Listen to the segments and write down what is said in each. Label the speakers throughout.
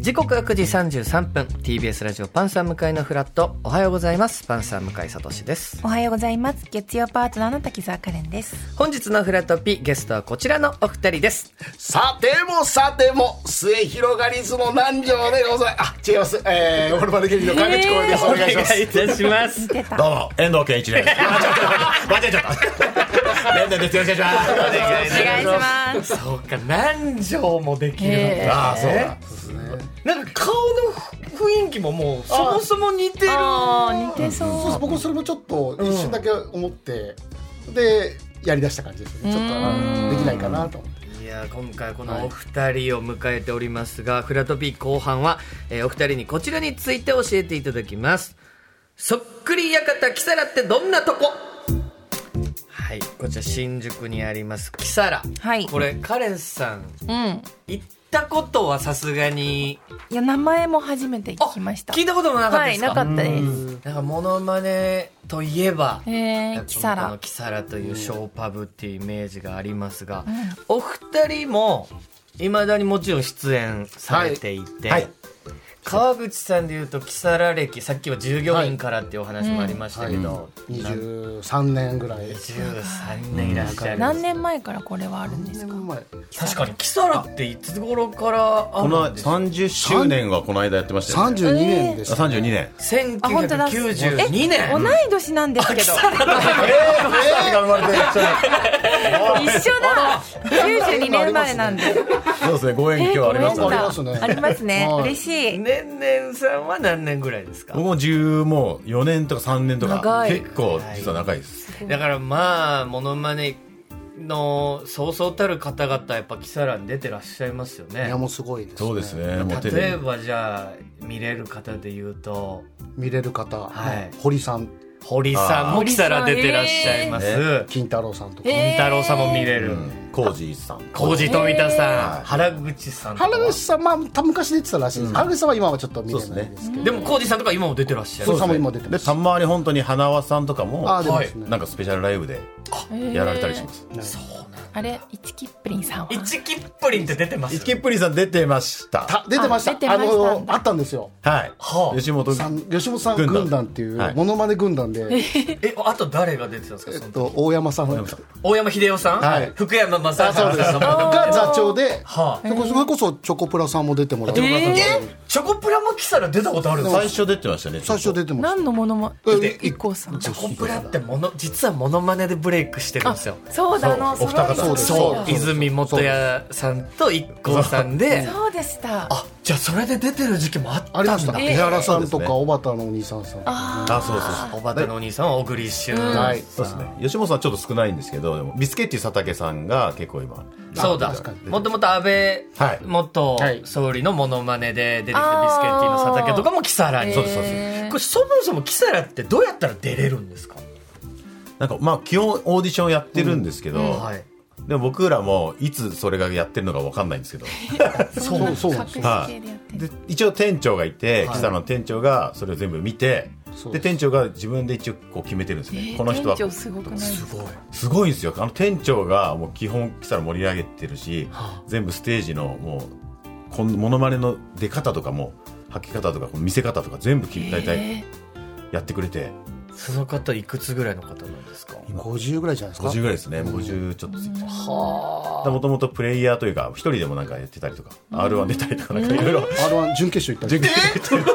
Speaker 1: 時刻は9時33分 TBS ラジオパンサー向かいのフラットおはようございますパンサー向かいさとしです
Speaker 2: おはようございます月曜パートナーの滝沢カレンです
Speaker 1: 本日のフラットピゲストはこちらのお二人です
Speaker 3: さてもさても末広がりずの南條でございあ違いますえー、オルバルゲリの川口光栄です、お願いします
Speaker 1: いたします
Speaker 2: 出た
Speaker 4: どうも、遠藤健 一です。間違えちゃった。遠藤です。よろしくお願いします。
Speaker 2: お願いします
Speaker 1: そうか何畳もできるのか、
Speaker 2: ええ
Speaker 4: ああ、そうだ。
Speaker 1: なんか顔の雰囲気ももうそもそも似てる
Speaker 2: あー似てそう
Speaker 3: そうそう僕それもちょっと一瞬だけ思って、でやりだした感じですねちょっとあのできないかなと思って
Speaker 1: いや今回このお二人を迎えておりますが、フラトピー後半は、えーお二人にこちらについて教えていただきますそっくり館キサラってどんなとこはいこちら新宿にありますキサラ
Speaker 2: はい
Speaker 1: これカレンさん
Speaker 2: うん
Speaker 1: 行ったことはさすがに
Speaker 2: いや名前も初めて聞きました
Speaker 1: 聞いたこともなかった
Speaker 2: は
Speaker 1: で
Speaker 2: い
Speaker 1: すか、
Speaker 2: なかったで
Speaker 1: なんかモノマネといえば
Speaker 2: すえー、キサ
Speaker 1: この
Speaker 2: ラ
Speaker 1: キサラというショーパブっていうイメージがありますが、お二人もいまだにもちろん出演されていて、
Speaker 4: はいはい
Speaker 1: 川口さんでいうとキサラ歴さっきは従業員からっていうお話もありましたけど、
Speaker 3: 23年ぐらい
Speaker 1: 23年いらっしゃる、
Speaker 2: 何年前からこれはあるんですか
Speaker 3: 前
Speaker 1: 確かにキサラっていつ頃からあ
Speaker 4: こ
Speaker 1: る
Speaker 4: の
Speaker 1: んですか
Speaker 4: 三十周年はこの間やってましたよね。
Speaker 3: 32年でした、
Speaker 4: 三十二年。
Speaker 2: あ本当だ
Speaker 1: 1992
Speaker 2: え同い
Speaker 1: 年
Speaker 2: 年なんですけど
Speaker 4: が生まれて
Speaker 2: 一緒だ92年生まれなんで
Speaker 4: そうですね。ご縁今日はありました
Speaker 3: ごめんな
Speaker 4: ね。
Speaker 3: あ
Speaker 2: あ
Speaker 3: りますね
Speaker 2: りますね
Speaker 3: はい
Speaker 2: 嬉しい
Speaker 1: 年々さんは何年ぐらいですか
Speaker 4: 僕も十もう四年とか三年とか
Speaker 2: 長い
Speaker 4: 結構実は長いです。
Speaker 1: だからまあモノマネのそうそうたる方々はやっぱキサラに出てらっしゃいますよ
Speaker 3: い
Speaker 1: ね
Speaker 3: やもうすごいですね
Speaker 4: そうですね。もうテレ
Speaker 1: 例え
Speaker 4: ビ。
Speaker 1: ばじゃあ見れる方で言うと
Speaker 3: 見れる方、
Speaker 1: はい
Speaker 3: 堀さん
Speaker 1: 堀さんも
Speaker 2: あー
Speaker 1: キサラ出てらっしゃいます
Speaker 4: 堀
Speaker 1: ね
Speaker 3: 金太郎さんとか、
Speaker 2: え
Speaker 1: 金太郎さんも見れる
Speaker 4: コージーさん。
Speaker 1: 浩二富田さ
Speaker 4: は
Speaker 1: ん
Speaker 4: い
Speaker 1: 原口さんとか
Speaker 3: 原口さんまあ多昔出てたらしいです、原口さんは今はちょっと見れないですけど
Speaker 1: でも浩二さんとか今も出てらっしゃ
Speaker 3: そ
Speaker 1: る
Speaker 3: う堀さんも今出てま
Speaker 4: ですたまに本当に花輪さんとかも
Speaker 3: あー出てますね
Speaker 4: なんかスペシャルライブでやられたりします。
Speaker 2: あれ一キップリンさんは
Speaker 1: 一キップリンって出てます
Speaker 4: イキプリさん出てました。
Speaker 3: た出てました
Speaker 2: あ出てました
Speaker 3: あのあったんですよ
Speaker 4: はい
Speaker 1: はあ。
Speaker 4: 吉本
Speaker 3: さん吉本さん軍
Speaker 4: 軍団
Speaker 3: 団っていう
Speaker 4: はい
Speaker 3: モノマネ軍団で、
Speaker 1: えあと誰が出てたんですか
Speaker 3: えっ
Speaker 1: その時
Speaker 3: と、大山さんが
Speaker 1: 大山秀夫さん、
Speaker 3: はい
Speaker 1: 福山雅治さん
Speaker 3: そうです
Speaker 1: は
Speaker 3: 座長で
Speaker 1: あ
Speaker 3: そこそれこそチョコプラさんも出てもらっ て、
Speaker 1: チョコプラもキサラ出たことあるんですか
Speaker 4: 最初出てましたね。
Speaker 3: 最初出てまし
Speaker 2: 何のものも
Speaker 3: え
Speaker 2: 一光さん
Speaker 1: チョコプラってもの実はモノマネでブレイクしてるんですよ
Speaker 2: そうだあの
Speaker 4: そうお二方
Speaker 2: その人
Speaker 3: そう
Speaker 1: そう
Speaker 3: です
Speaker 1: 泉元哉さんと一 k さんで
Speaker 2: そうでした
Speaker 1: あじゃあそれで出てる時期もあったんだ
Speaker 3: たありました
Speaker 2: ええ
Speaker 3: 江原さんと
Speaker 4: そうですね
Speaker 3: か小畑のお兄さんさん
Speaker 4: あ、そうそうそう。
Speaker 1: おばたのお兄さんは小栗旬、
Speaker 3: はい
Speaker 4: そうですね。吉本さんちょっと少ないんですけど、でもビスケッティ佐竹さんが結構今。
Speaker 1: そうだ
Speaker 3: 確かに
Speaker 1: もともと安倍
Speaker 4: はい
Speaker 1: 元総理のモノマネで出てきたビスケッティの佐竹とかもキサラに
Speaker 2: そうですそうです
Speaker 1: これそもそもキサラってどうやったら出れるんですか、
Speaker 4: なんかまあ基本オーディションやってるんですけど、
Speaker 1: はい、
Speaker 4: でも僕らもいつそれがやってるのかわかんないんですけど、
Speaker 3: そうそうなんです
Speaker 2: 隠し
Speaker 3: よ
Speaker 2: 系でやってる
Speaker 4: で一応店長がいて、キサラの店長がそれを全部見て
Speaker 3: そ、うで
Speaker 4: です店長が自分で一応こう決めてるんですね。この人は
Speaker 2: 店長すごくないですか
Speaker 4: すごいんですよ。あの店長がもう基本キサラ盛り上げてるし、全部ステージのもうこんモノマネの出方とかも履き方とかこう見せ方とか全部き大体
Speaker 2: え
Speaker 4: やってくれて。
Speaker 1: その方いくつぐらいの方なんですか
Speaker 3: 50ぐらいじゃないですか
Speaker 4: 50ぐらいですね、50ちょっと過ぎてもともとプレイヤーというか一人でもなんかやってたりとか、r 1出たりとかなんかいろい ろ
Speaker 3: R1 準決勝行ったりして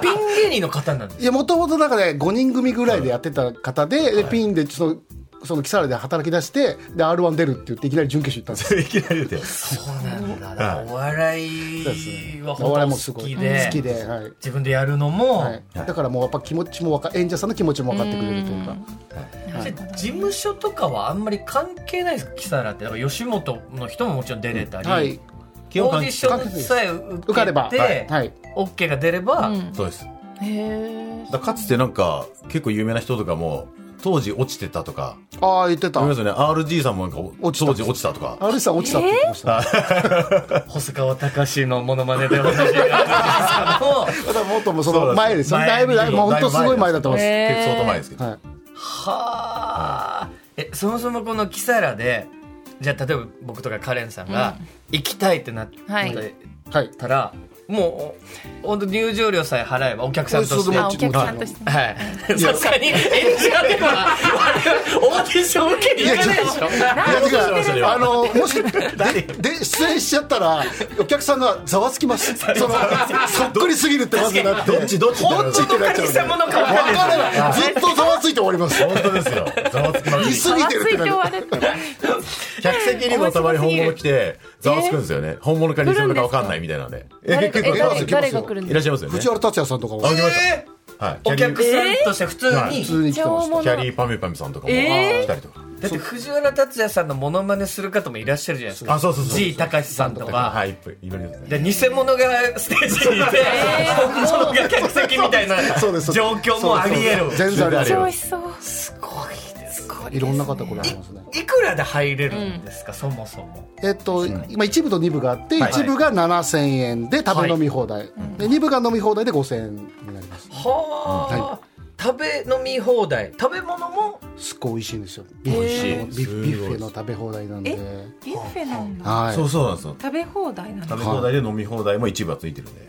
Speaker 1: ピン芸人の方なんです
Speaker 3: いやもともとなんかね5人組ぐらいでやってた方で,、でピンでそのそのキサラで働き出してで r 1出るって言っていきなり準決勝行ったんです
Speaker 4: いきなり出て
Speaker 1: そうなんだ
Speaker 4: はい
Speaker 1: お笑いは
Speaker 3: お
Speaker 1: 本当
Speaker 3: 笑
Speaker 1: に
Speaker 3: いもす
Speaker 1: 好
Speaker 3: ご
Speaker 1: き
Speaker 3: い
Speaker 1: で
Speaker 3: 好きで、はい
Speaker 1: 自分でやるのも、
Speaker 3: はい、だからもうやっぱ気持ちもわか演者さんの気持ちも分かってくれるというか
Speaker 1: で事務所とかはあんまり関係ないですかキサラってだから吉本の人ももちろん出れたり、
Speaker 3: はい
Speaker 4: 基
Speaker 1: オ
Speaker 4: 本
Speaker 1: ー
Speaker 4: 関
Speaker 1: ディ
Speaker 4: 係
Speaker 1: ションさえ受
Speaker 3: 受か
Speaker 1: け
Speaker 3: れば
Speaker 1: て、
Speaker 3: はいはい
Speaker 1: OK が出れば、
Speaker 4: そうですだか
Speaker 2: へ
Speaker 4: らかつてなんか結構有名な人とかも当時落ちてたとか
Speaker 3: ああ言ってた
Speaker 4: ありますよね RG さんもなんか当
Speaker 3: 落ち
Speaker 4: 時
Speaker 3: た
Speaker 4: 落ちたとか
Speaker 3: R さん落ちたって言ってました、
Speaker 1: 細川隆のモノマネで私が
Speaker 3: ただもっともうそ
Speaker 4: そ
Speaker 3: の
Speaker 4: うです
Speaker 3: 前ですよ
Speaker 1: 前
Speaker 3: だいぶだいぶ
Speaker 4: だいぶ
Speaker 3: 本当すごい前だと思います、
Speaker 2: へー
Speaker 4: 結構相当前ですけど、
Speaker 3: はい、
Speaker 1: はあえそもそもこのキサラでじゃあ例えば僕とかカレンさんが行きたいってなっ
Speaker 2: はい
Speaker 1: て
Speaker 3: はい、
Speaker 1: たら、もう本当入場料さえ払えばお客さんとして
Speaker 2: あ
Speaker 1: は
Speaker 2: お客さんと して、
Speaker 1: いさすがに演者では我々オーディション受けに行かないでしょ
Speaker 3: いや違うあのもし
Speaker 4: 誰
Speaker 3: で出演しちゃったらお客さんがざわつきますそのそっくりすぎるってまずなって
Speaker 4: どっちどっちってなる
Speaker 1: 本当の神様の顔
Speaker 3: 分
Speaker 1: が
Speaker 3: からないずっとざわついて終わります
Speaker 4: 本当ですよざわつきま
Speaker 3: 似
Speaker 4: す
Speaker 3: すぎてるって
Speaker 2: つい
Speaker 3: な
Speaker 2: て終
Speaker 3: る
Speaker 2: わるって
Speaker 4: 客席にもたまに本物来てざわつくんですよね本物か偽物か分かんないみたいなんで
Speaker 2: 誰
Speaker 4: え
Speaker 2: か
Speaker 4: 結
Speaker 2: え誰
Speaker 4: 構
Speaker 3: 来ます
Speaker 2: 誰
Speaker 3: よ
Speaker 2: が来るん
Speaker 4: い
Speaker 2: で
Speaker 4: らっ
Speaker 2: す
Speaker 4: しゃいますよね
Speaker 3: 藤原竜也さんとかも
Speaker 4: あ来まし
Speaker 1: え
Speaker 4: たはい
Speaker 1: お客
Speaker 4: キャリー
Speaker 1: さんとして普通
Speaker 4: はい
Speaker 1: に
Speaker 3: 普通に来てました
Speaker 2: か
Speaker 4: キャリーパミュパミュさんとかも
Speaker 2: えー
Speaker 4: 来たりとか
Speaker 1: だって藤原竜也さんのモノマネする方もいらっしゃるじゃないですか
Speaker 4: あそうそうそう
Speaker 1: G 高志さんとか
Speaker 4: はいいっぱいいろいろですね
Speaker 1: で偽物がステージにいて本物が客席みたいな
Speaker 3: そうです
Speaker 1: 状況もありえる
Speaker 3: 全然あります
Speaker 2: 超美
Speaker 3: よ
Speaker 2: 味しそう
Speaker 1: すごいです
Speaker 3: いろんな方これありますね
Speaker 1: いくらで入れるんですか、そもそも
Speaker 3: えっと、今一部と二部があって、
Speaker 4: はい
Speaker 3: 一部が7000円で食べ飲み放題、で二部が飲み放題で5000円になります
Speaker 1: はあ、食べ飲み放題食べ物も
Speaker 3: すっごい美味しいんですよビ
Speaker 4: 美
Speaker 3: ュッ
Speaker 4: 味しい
Speaker 3: ビュッビュッフェの食べ放題なんで
Speaker 2: ビュッフェなんだ
Speaker 3: は
Speaker 4: そ
Speaker 3: いう
Speaker 4: そうなんですよ
Speaker 2: 食べ放題なんだ
Speaker 4: 食べ放題で飲み放題も一部はついてるんで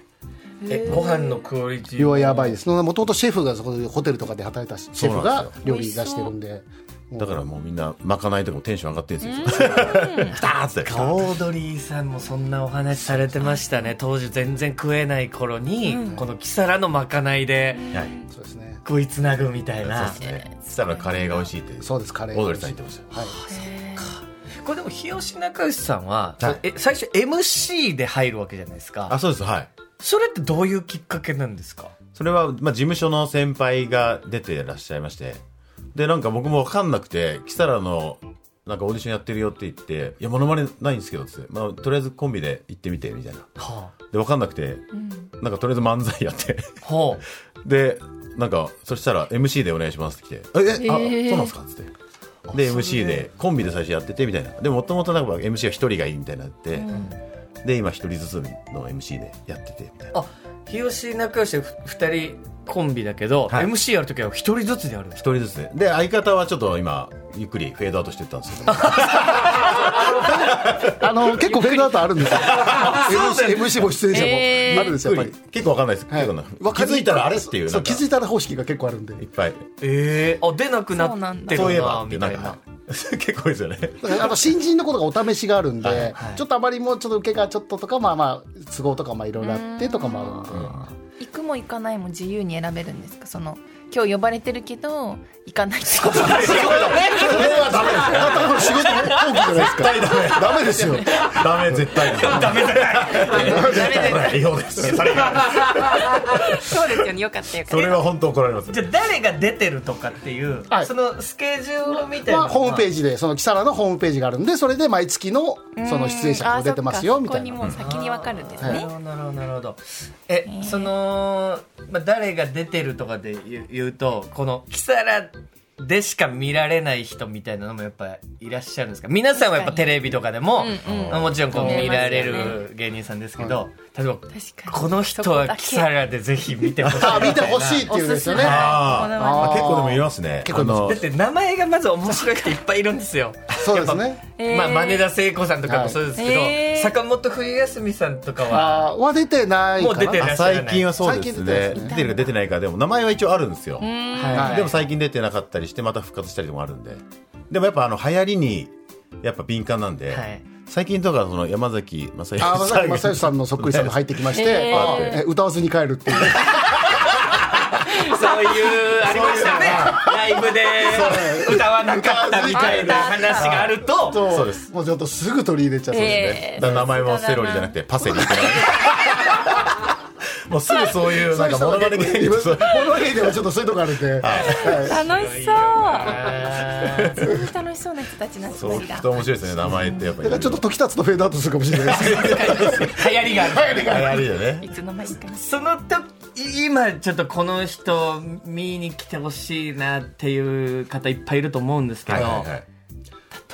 Speaker 1: えご飯のクオリティ
Speaker 3: 量は
Speaker 1: も
Speaker 3: やばいですもともとシェフがそこでホテルとかで働いたシェフが料理出してるんで
Speaker 4: だからもうみんなまかないとかもテンション上がってるんですよ来たーっつって
Speaker 1: オードリーさんもそんなお話されてましたね当時全然食えない頃に、このキサラのまかないで
Speaker 4: はい
Speaker 3: そうですね
Speaker 1: 食いつなぐみたいな、
Speaker 4: そうですねそしたらカレーが美味しいって
Speaker 3: そうですカレー
Speaker 4: オードリーさん言ってましたよ
Speaker 3: はい
Speaker 1: これでも日吉仲良しさんは、
Speaker 4: はい
Speaker 1: え最初 MC で入るわけじゃないです
Speaker 4: あ
Speaker 1: か
Speaker 4: そうですはい
Speaker 1: それってどういうきっかけなんですか
Speaker 4: それは、まあ、事務所の先輩が出てらっしゃいましてでなんか僕も分かんなくてキサラのなんかオーディションやってるよって言って「いやモノマネないんですけど」っつって、まあ、とりあえずコンビで行ってみてみたいな
Speaker 1: は
Speaker 4: で分かんなくて、なんかとりあえず漫才やって
Speaker 1: あ、ほう
Speaker 4: でなんかそしたら MC でお願いしますって来て「ええあそうなんですか」っつって。で MC でコンビで最初やっててみたいなでもともとなんか MC は一人がいいみたいになって、で今一人ずつの MC でやっててみたいな
Speaker 1: あ日吉仲良し2人コンビだけど、
Speaker 4: はい
Speaker 1: MC やるときは1人ずつでやるんです
Speaker 4: 一人ずつでで相方はちょっと今ゆっくりフェードアウトしてったんですけど
Speaker 3: あの結構フェードアウトあるんですよ MC, MC も出演者
Speaker 2: えー
Speaker 3: もあるんですよやっぱり、
Speaker 4: 結構わかんないです、
Speaker 3: はい
Speaker 4: 結構な
Speaker 3: わか
Speaker 4: 気
Speaker 3: り
Speaker 4: づいたらあれっていう
Speaker 3: そ
Speaker 4: なん
Speaker 3: う
Speaker 4: か
Speaker 3: 気づいたら方式が結構あるんで
Speaker 4: いっぱい
Speaker 1: ええあ出なくな
Speaker 2: そうなん
Speaker 1: って
Speaker 2: だ
Speaker 1: る
Speaker 4: そういえ
Speaker 1: な
Speaker 4: ばって
Speaker 1: み
Speaker 4: な
Speaker 1: た
Speaker 4: ん
Speaker 1: い
Speaker 4: か
Speaker 1: な
Speaker 4: はい 結構ですよね
Speaker 3: だ からあと新人のことがお試しがあるんで、
Speaker 4: はい
Speaker 3: ちょっとあまりもうちょっと受けがちょっととかまあまあ都合とかまあいろいろあってとかもあるんで
Speaker 2: 行くも行かないも自由に選べるんですかその今日呼ばれてるけど行かないとか
Speaker 4: それはダメですよ
Speaker 3: あとこれ仕事放棄じゃないですかダメですよ
Speaker 4: ダメ絶対 ダメだないようですそれが
Speaker 2: そうですよねよかったよか
Speaker 4: そ
Speaker 2: っ
Speaker 4: れは本当怒られます
Speaker 1: じゃあ誰が出てるとかっていう、
Speaker 3: はい
Speaker 1: そのスケジュールみたいなの
Speaker 3: まあ、
Speaker 1: は
Speaker 3: ホームページでそのキサラのホームページがあるんでそれで毎月のその出演者
Speaker 2: た
Speaker 3: が出てますよ
Speaker 2: あー
Speaker 3: み
Speaker 2: そっか
Speaker 3: た
Speaker 2: そこに
Speaker 3: いな
Speaker 2: もう先にわかるんです
Speaker 3: は
Speaker 1: ない
Speaker 2: ね
Speaker 1: るほどなるほどなるほどえ、その、まあ、誰が出てるとかで言う言うとこのキサラでしか見られない人みたいなのもやっぱいらっしゃるんですか皆さんはやっぱ
Speaker 2: 確か
Speaker 1: テ
Speaker 2: に
Speaker 1: レビとかでも、
Speaker 2: うんうん
Speaker 1: まあもちろんこう
Speaker 2: 見えま
Speaker 1: 見
Speaker 2: すよね
Speaker 1: られる芸人さんですけど、例えば
Speaker 2: 確か
Speaker 1: こ
Speaker 2: に
Speaker 1: の人はキサラでぜひ見てほしいみた
Speaker 3: あ
Speaker 1: いな
Speaker 3: 見てほしいっていうんですよ
Speaker 2: おすすめ
Speaker 3: ね
Speaker 4: あー
Speaker 3: あー
Speaker 4: 結構でもいますね
Speaker 3: 結構います
Speaker 4: あの
Speaker 1: だって名前がまず面白い人いっぱいいるんですよ
Speaker 3: そうですね
Speaker 2: えー
Speaker 1: まあ真似田聖子さんとかもそうですけど、
Speaker 2: はいえー
Speaker 1: 坂本冬休みさんとかは
Speaker 3: あーは出てないか
Speaker 1: も
Speaker 3: な
Speaker 1: う出てない
Speaker 4: あ最近はそうです
Speaker 3: 最近出て
Speaker 4: ね
Speaker 3: るんですね
Speaker 4: 出てるか出てないかでも名前は一応あるんですよ
Speaker 1: はい
Speaker 4: でも最近出てなかったりしてまた復活したりもあるんででもやっぱあの流行りにやっぱ敏感なんで、
Speaker 1: はい
Speaker 4: 最近とかその山崎正義
Speaker 3: あーまさ
Speaker 4: さ
Speaker 3: に
Speaker 4: ん
Speaker 3: 正義さんのそっくりさんが入ってきまして、
Speaker 2: えー
Speaker 3: あーえ歌わずに帰るっていう
Speaker 1: そういう、ありましたね。ライブで歌わなかったみたいな話があると、
Speaker 4: そうです
Speaker 3: もうちょっとすぐ取り入れちゃう、
Speaker 2: えー
Speaker 4: だから名前もセロリじゃなくてパセリって名前もうすぐそういうなんかモノマネ芸人そう
Speaker 3: 物言いでもちょっとそういうとこあるんで、
Speaker 2: 楽しそうすごい楽しそうな人たちの集
Speaker 4: そう
Speaker 2: まり
Speaker 4: 聞
Speaker 2: だ
Speaker 4: くと面白いですね名前ってやっぱ
Speaker 3: だから
Speaker 4: り
Speaker 3: ちょっと時たつとフェードアウトするかもしれないですけど
Speaker 1: 流行りがある。
Speaker 4: 流行りでね
Speaker 2: いつの間にか
Speaker 1: そのと今ちょっとこの人見に来てほしいなっていう方いっぱいいると思うんですけど、
Speaker 4: はいはいはい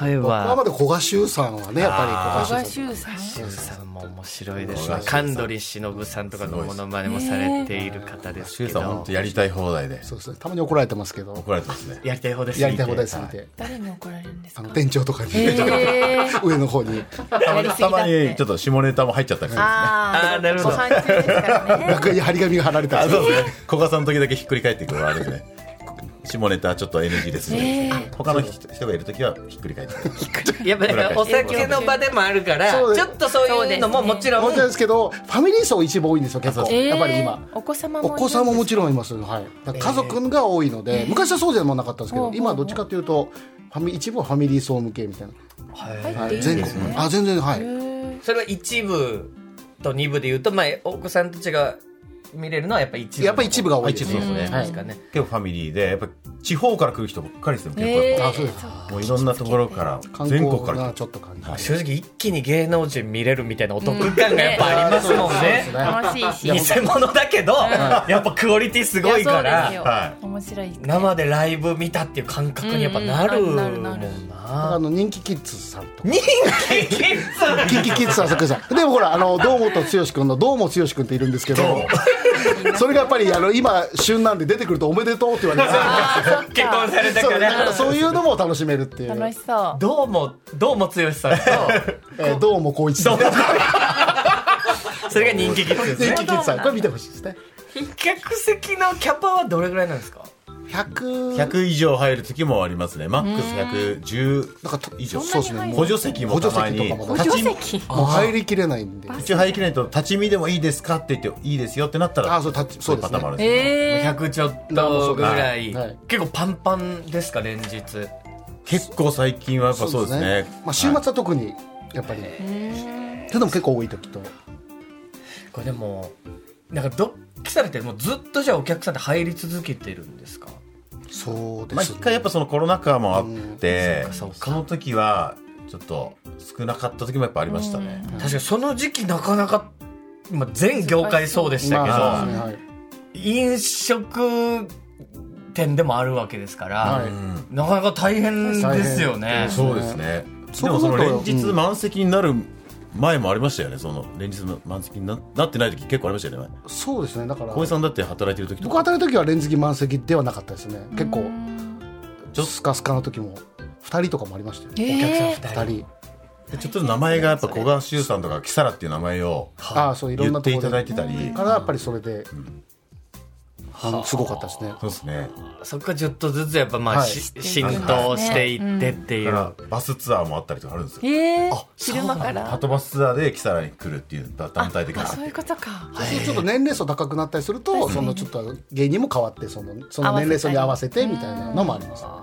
Speaker 1: 例え
Speaker 3: 僕はま
Speaker 1: ば
Speaker 3: だ古賀修さんはねやっぱり
Speaker 2: 小
Speaker 3: 古
Speaker 2: 賀
Speaker 3: 賀修さん
Speaker 2: 修さん
Speaker 1: 修さんも面白いです
Speaker 4: そう
Speaker 1: ね
Speaker 4: そう
Speaker 1: 神取忍さんとかのものまねもされている方です
Speaker 4: 周
Speaker 1: け
Speaker 4: さん本
Speaker 1: ど
Speaker 4: 当やりたい放題で
Speaker 3: そうですねたまに怒られてますけど
Speaker 4: 怒られてますね
Speaker 1: やりたい方です
Speaker 3: やりたい放題すぎ
Speaker 1: は
Speaker 3: て、
Speaker 2: 誰に怒られるんです
Speaker 3: あ
Speaker 2: か
Speaker 3: の店長とかに、
Speaker 2: えー
Speaker 3: 上の方に
Speaker 2: やりすぎだ
Speaker 4: た
Speaker 2: って
Speaker 4: まにちょっと下ネタも入っちゃった感
Speaker 2: あ
Speaker 1: あーなるほど
Speaker 2: ご飯中ですからね
Speaker 3: 楽屋に張り紙が貼られ
Speaker 4: じ
Speaker 3: た
Speaker 4: ですねあ
Speaker 3: り
Speaker 4: そうですね古賀さんの時だけひっくり返ってくるあれですね下ネタちょっと NG ですね、
Speaker 2: えー
Speaker 4: 他の人人がいる時はひっくり返ってくる
Speaker 1: やっぱだからお酒の場でもあるから
Speaker 3: そうで
Speaker 1: ち
Speaker 3: す
Speaker 1: ょっとそういうのももちろん
Speaker 3: 思ったんですけどファミリー層一番多いんですよ結構、
Speaker 2: えー
Speaker 3: やっぱり今。
Speaker 2: お子様も
Speaker 3: お
Speaker 2: いる
Speaker 3: 子さんももちろんいます、はい、だから家族が多いので、昔はそうでもなかったんですけど、
Speaker 2: ほうほうほう
Speaker 3: 今はどっちかというとファミ一部はファミリー層向けみたい
Speaker 1: は
Speaker 2: 入
Speaker 1: い
Speaker 3: な、
Speaker 2: っ
Speaker 3: は
Speaker 2: てい
Speaker 3: い、
Speaker 2: いん
Speaker 3: 全
Speaker 2: で
Speaker 3: 国
Speaker 2: すね
Speaker 3: あ全然はい、
Speaker 2: へ
Speaker 1: それは一部と二部で言うと、まあ、お子さんたちが見れるのはやっぱ一部
Speaker 3: やっぱ一部が多いです
Speaker 4: 一部ですね
Speaker 1: ですかね、
Speaker 4: 結構ファミリーでやっぱ地方から来る人ばっかりですね
Speaker 2: ー
Speaker 4: 結構やっ
Speaker 3: あそうです
Speaker 4: ぱもういろんなところから
Speaker 3: 観
Speaker 4: 全
Speaker 3: 光
Speaker 4: 国から
Speaker 3: が
Speaker 4: 来て
Speaker 3: ちょっと感じ
Speaker 1: 正直一気に芸能人見れるみたいなお得感がやっぱありますもんね,、
Speaker 2: 楽しいし
Speaker 3: うん
Speaker 1: 偽物だけど、やっぱクオリティすごいか
Speaker 2: いや
Speaker 1: ら
Speaker 4: は
Speaker 2: そうですよ面白い
Speaker 1: 生でライブ見たっていう感覚にやっぱなるもんな,、
Speaker 2: うんうんなるなる
Speaker 3: あの人気キッズさんとか
Speaker 1: 人気キッズ
Speaker 3: キンキキッズ朝倉さんでもほらあの堂本剛君の堂本剛君っているんですけどそれがやっぱりあの今旬なんで出てくるとおめでとうって言われて
Speaker 1: 結婚された
Speaker 3: そう
Speaker 1: か
Speaker 3: だから
Speaker 1: ら
Speaker 3: そういうのも楽しめるっていう、
Speaker 2: 楽しそう
Speaker 1: どうもどうも剛さんと
Speaker 3: えー、どうもこう一さん人
Speaker 1: それが人気キッズですね
Speaker 3: 気キッズさんこれ見てほしいですね
Speaker 1: 客席のキャパはどれぐらいなんですか
Speaker 4: い、
Speaker 3: 100
Speaker 4: 100以上入る時もありますねマックス110
Speaker 3: なんかと
Speaker 4: 以上
Speaker 3: そうですねも
Speaker 4: 補
Speaker 3: う
Speaker 4: 助席もたまに
Speaker 3: 補助席とかも
Speaker 4: 立ち
Speaker 2: 席
Speaker 3: もう入りきれないんで
Speaker 4: 一応入りきれないと立ち見でもいいですかって言っていいですよってなったら
Speaker 3: あそう立ちそうですね
Speaker 4: パターンもあるんですよ
Speaker 2: え
Speaker 1: 100ちょっとぐらい、
Speaker 3: はいはい
Speaker 1: 結構パンパンですか連日
Speaker 4: 結構最近はやっぱそうですね
Speaker 3: まあ、週末は特にやっぱり、そういうのも結構多い時と
Speaker 1: これでもなんかどっきされてもうずっとじゃあお客さんって入り続けてるんですか
Speaker 3: そうで
Speaker 4: まあ、
Speaker 3: す
Speaker 4: 一
Speaker 3: ね、
Speaker 4: 回やっぱそのコロナ禍もあって、
Speaker 1: うんそ
Speaker 4: そう
Speaker 1: かそうか
Speaker 4: の時はちょっと少なかった時もやっぱありましたね、
Speaker 1: 確かにその時期なかなか、まあ、全業界そうでしたけど、
Speaker 3: まあはい
Speaker 1: 飲食店でもあるわけですから、
Speaker 3: はい
Speaker 4: うん
Speaker 1: なかなか大変ですよね
Speaker 3: 大変
Speaker 4: そうですね
Speaker 3: そ
Speaker 4: で
Speaker 3: う考
Speaker 4: も
Speaker 3: えたら
Speaker 4: その連日満席になる前もありましたよねその連日満席にななってない時結構ありましたよね
Speaker 3: そうですねだから
Speaker 4: 小江さんだって働いてる時と
Speaker 3: 僕
Speaker 4: か
Speaker 3: 働いた時は連続満席ではなかったですね結構
Speaker 4: ちょっ
Speaker 3: スカスカの時も2人とかもありましたよ、
Speaker 1: お客さん
Speaker 2: え
Speaker 1: 2人
Speaker 3: 2人
Speaker 4: とちょっと名前がやっぱ古賀修さんとかキサラっていう名前を
Speaker 3: ああそういろん
Speaker 4: 言
Speaker 3: な
Speaker 4: っ
Speaker 3: と
Speaker 4: て
Speaker 3: こ
Speaker 4: い
Speaker 3: ろ
Speaker 4: ただい
Speaker 3: で
Speaker 4: てたり
Speaker 3: からやっぱりそれで、あのすごかったですね
Speaker 4: そうですね
Speaker 1: そこからちょっとずつやっぱまあ、
Speaker 3: はい
Speaker 1: し浸透していってってい
Speaker 4: だ
Speaker 1: う、
Speaker 4: からバスツアーもあったりとかあるんですよ
Speaker 2: ーえー昼間か
Speaker 4: ハ
Speaker 2: ら
Speaker 4: トバスツアーでキサラに来るっていう団体的な
Speaker 2: あそういうことか
Speaker 3: そうするとちょっと年齢層高くなったりするとそのちょっと芸人も変わってそのその年齢層に合わせてみたいなのもあります
Speaker 1: あ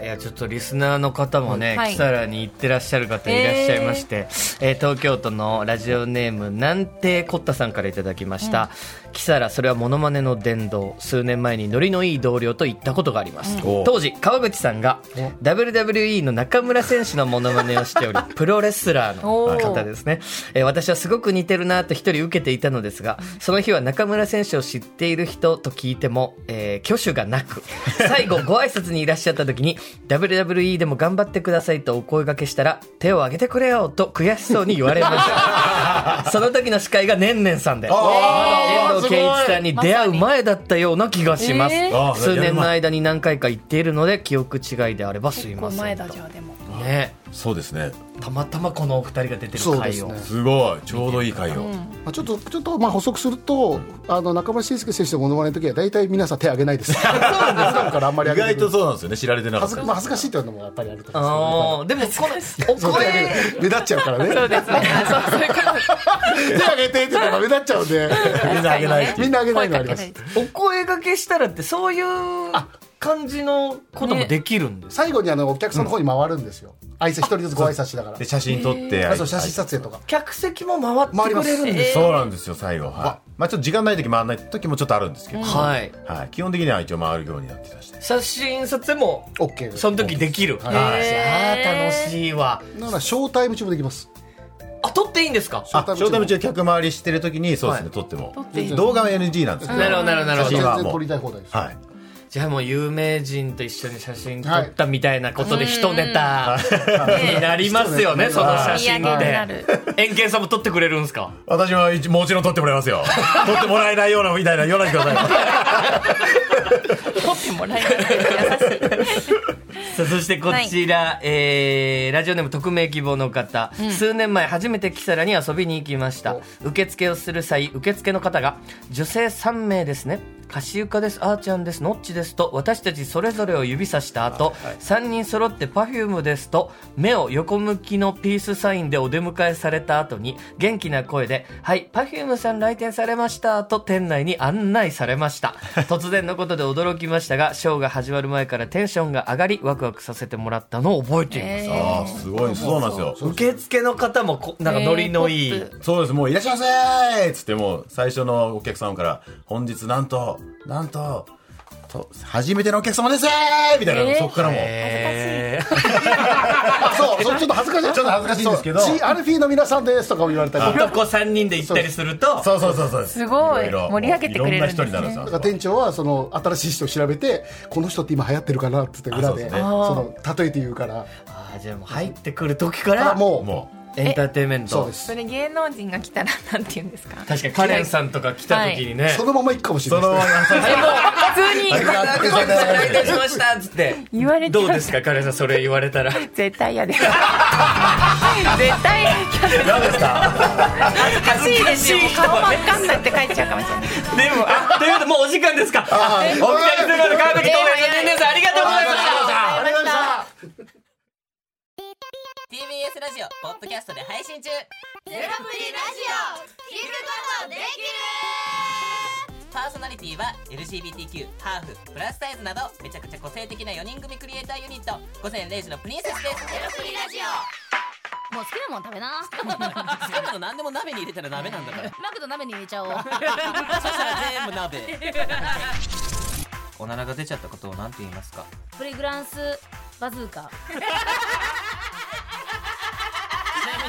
Speaker 1: ーいやちょっとリスナーの方もね、
Speaker 2: はい
Speaker 1: キサラに行ってらっしゃる方いらっしゃいまして、えー東京都のラジオネーム南帝コッタさんからいただきました、キサラそれはモノマネの殿堂数年前にノリのいい同僚と行ったことがあります、
Speaker 4: お
Speaker 1: 当時川口さんが WWE の中村選手のモノマネをしておりプロレスラーの方ですね、えー私はすごく似てるなと一人受けていたのですがその日は中村選手を知っている人と聞いても、えー挙手がな く最後ご挨拶にいらっしゃった時に WWE でも頑張ってくださいとお声掛けしたら手を挙げてくれよと悔しそうに言われました その時の司会がねんねんさんで
Speaker 4: あー
Speaker 1: 遠藤健一さんに出会う前だったような気がします、
Speaker 2: え
Speaker 4: ー
Speaker 1: 数年の間に何回か行っているので記憶違いであればすい
Speaker 2: 結
Speaker 1: ま
Speaker 2: 構
Speaker 1: せん
Speaker 2: 前だじ
Speaker 1: と
Speaker 2: ゃあでも
Speaker 1: ね
Speaker 4: そうですね
Speaker 1: たまたまこのお二人が出てる
Speaker 3: そうで
Speaker 1: 回
Speaker 3: す
Speaker 1: を、
Speaker 3: ね
Speaker 4: すごいちょうどいい回を、
Speaker 3: まあ、ちょっとちょっとまあ補足すると、あの中村慎介選手のモノマネの時は大体皆さん手挙げない です。普段からあんまり
Speaker 4: 意
Speaker 3: 挙げて
Speaker 4: 外
Speaker 3: く
Speaker 4: と
Speaker 3: れ
Speaker 4: そうなんですよね知られてなか
Speaker 3: 恥ず
Speaker 4: った
Speaker 3: かまあ恥ずかしいというのもやっぱりあると思
Speaker 1: あーでもこのお
Speaker 3: うん
Speaker 1: 声
Speaker 3: ですけど、目立っちゃうからね。そうですね。手挙げてって言ったら目立っちゃうんで、
Speaker 4: みんなあげないってい
Speaker 3: み
Speaker 4: うん
Speaker 3: な挙げな
Speaker 2: 声
Speaker 3: いのあ
Speaker 2: か
Speaker 3: り
Speaker 2: け
Speaker 3: ま
Speaker 2: たり
Speaker 3: す
Speaker 2: と。か
Speaker 1: お声掛けしたらってそういう感じのこともできるんですか、
Speaker 3: 最後にあのお客さんの方に回るんですよ。挨拶一人ずつご挨拶しながら
Speaker 4: で。写真撮って、
Speaker 3: あそう写真撮影とか。
Speaker 1: 客席も回ってくれるん
Speaker 3: 回り
Speaker 1: です
Speaker 4: そうなんですよ最後はいまあちょっと時間ない時回らない時もちょっとあるんですけど、
Speaker 1: かはい
Speaker 4: はい、基本的には一応回るようになってきました
Speaker 1: 写真撮影も
Speaker 3: OK です。
Speaker 1: その時できる、あー楽しいわ
Speaker 3: ならショータイム中もできます。
Speaker 1: あ撮っていいんですか
Speaker 4: あショータイム
Speaker 3: 中
Speaker 4: 中客回りしてる時にそうですね、
Speaker 1: はい
Speaker 4: 撮っても
Speaker 2: 撮っていい
Speaker 4: 動画は NG なんですけど
Speaker 1: なるほどなるほどなるほ
Speaker 4: 写
Speaker 1: ど
Speaker 4: 真
Speaker 3: 全
Speaker 4: は
Speaker 3: 然
Speaker 4: も
Speaker 3: 撮り
Speaker 4: う
Speaker 3: たい放題です。
Speaker 4: はい
Speaker 1: じゃあもう有名人と一緒に写真撮ったみたいなことで一ネタ になりますよね、その写
Speaker 2: 見上
Speaker 1: 真
Speaker 2: げにな
Speaker 1: で。
Speaker 2: る
Speaker 1: 円形さんも撮ってくれるんですか
Speaker 4: 私は一もちろん取ってもらいま すよ取ってもらえないようなみたいな言わないでください
Speaker 2: 取ってもらえない優しい
Speaker 1: さあそしてこちら、えーラジオネーム匿名希望の方、数年前初めてキサラに遊びに行きました受付をする際受付の方が「女性3名ですね」カシウカです、あーちゃんです、のっちですと、私たちそれぞれを指さした後、三3人揃ってパフュームですと、目を横向きのピースサインでお出迎えされた後に、元気な声で、はい、パフュームさん来店されましたと店内に案内されま した。突然のことで驚きましたが、ショーが始まる前からテンションが上がり、ワクワクさせてもらったのを覚えています。
Speaker 4: ああすごいそうなんですよ
Speaker 1: 受付の方もこ、なんかノリのいい。
Speaker 2: えーポッ
Speaker 4: そうですもういらっしゃいませーっつってもう最初のお客様から本日なんとなんとと初めてのお客様ですーみたいな、
Speaker 2: えー
Speaker 4: そこからも、
Speaker 1: えー
Speaker 3: あそうそうちょっと恥ずかしい
Speaker 4: ちょっと恥ずかしいんですけど
Speaker 3: そうジアルフィーの皆さんですとかも言われたりだ
Speaker 1: 男3人で行ったりすると、
Speaker 4: そうそうそうそう
Speaker 2: すごい
Speaker 4: ろろ
Speaker 2: 盛り上げてくれるんですね
Speaker 4: いろんな 人になるんです
Speaker 3: から
Speaker 4: よ
Speaker 3: 店長はその新しい人を調べてこの人って今流行ってるかなっつって裏
Speaker 4: あそうで
Speaker 3: ですそ
Speaker 4: ね
Speaker 3: の例えて言うから
Speaker 1: あーじゃあもう入ってくる時から、
Speaker 3: あもう
Speaker 4: も
Speaker 1: エンターテインメント。
Speaker 3: そうで
Speaker 2: プ
Speaker 3: す
Speaker 2: それ芸能人が来たらなんて言うんですか
Speaker 1: 確かにカレンさんとか来た時にね、
Speaker 3: そのまま行くかもし
Speaker 4: う
Speaker 3: れ
Speaker 4: そ
Speaker 3: ない
Speaker 4: の
Speaker 3: ですね
Speaker 2: 普通に
Speaker 1: 失礼いたしましたっつって
Speaker 2: 言われて
Speaker 1: どうですかカレンさんそれ言われたら
Speaker 2: 絶対嫌です絶対
Speaker 4: 何ですか
Speaker 2: 恥ずかしいです
Speaker 1: 恥ずかし
Speaker 2: よ
Speaker 1: い人ね
Speaker 2: 顔真っ赤になって帰っちゃうかもしれない
Speaker 1: でもあということでもうお時間ですかお二人とも川崎東大の天然さんありがとうございました
Speaker 2: ありがとうございました
Speaker 5: TBS ラジオポッドキャストで配信中
Speaker 6: ゼロプリラジオ聞くことでき
Speaker 5: パーソナリティは LGBTQ ハーフプラスサイズなどめちゃくちゃ個性的な4人組クリエイターユニット午前0時のプリンセスですゼロプリラジオ
Speaker 6: るもう好きなもん食べな
Speaker 5: 好きなの何でも鍋に入れたら鍋なんだから
Speaker 6: マクド鍋に入れち ゃおう
Speaker 5: そしたら全部鍋おならが出ちゃったことを何て言いますか
Speaker 6: プリグランスバズーカ
Speaker 5: ちな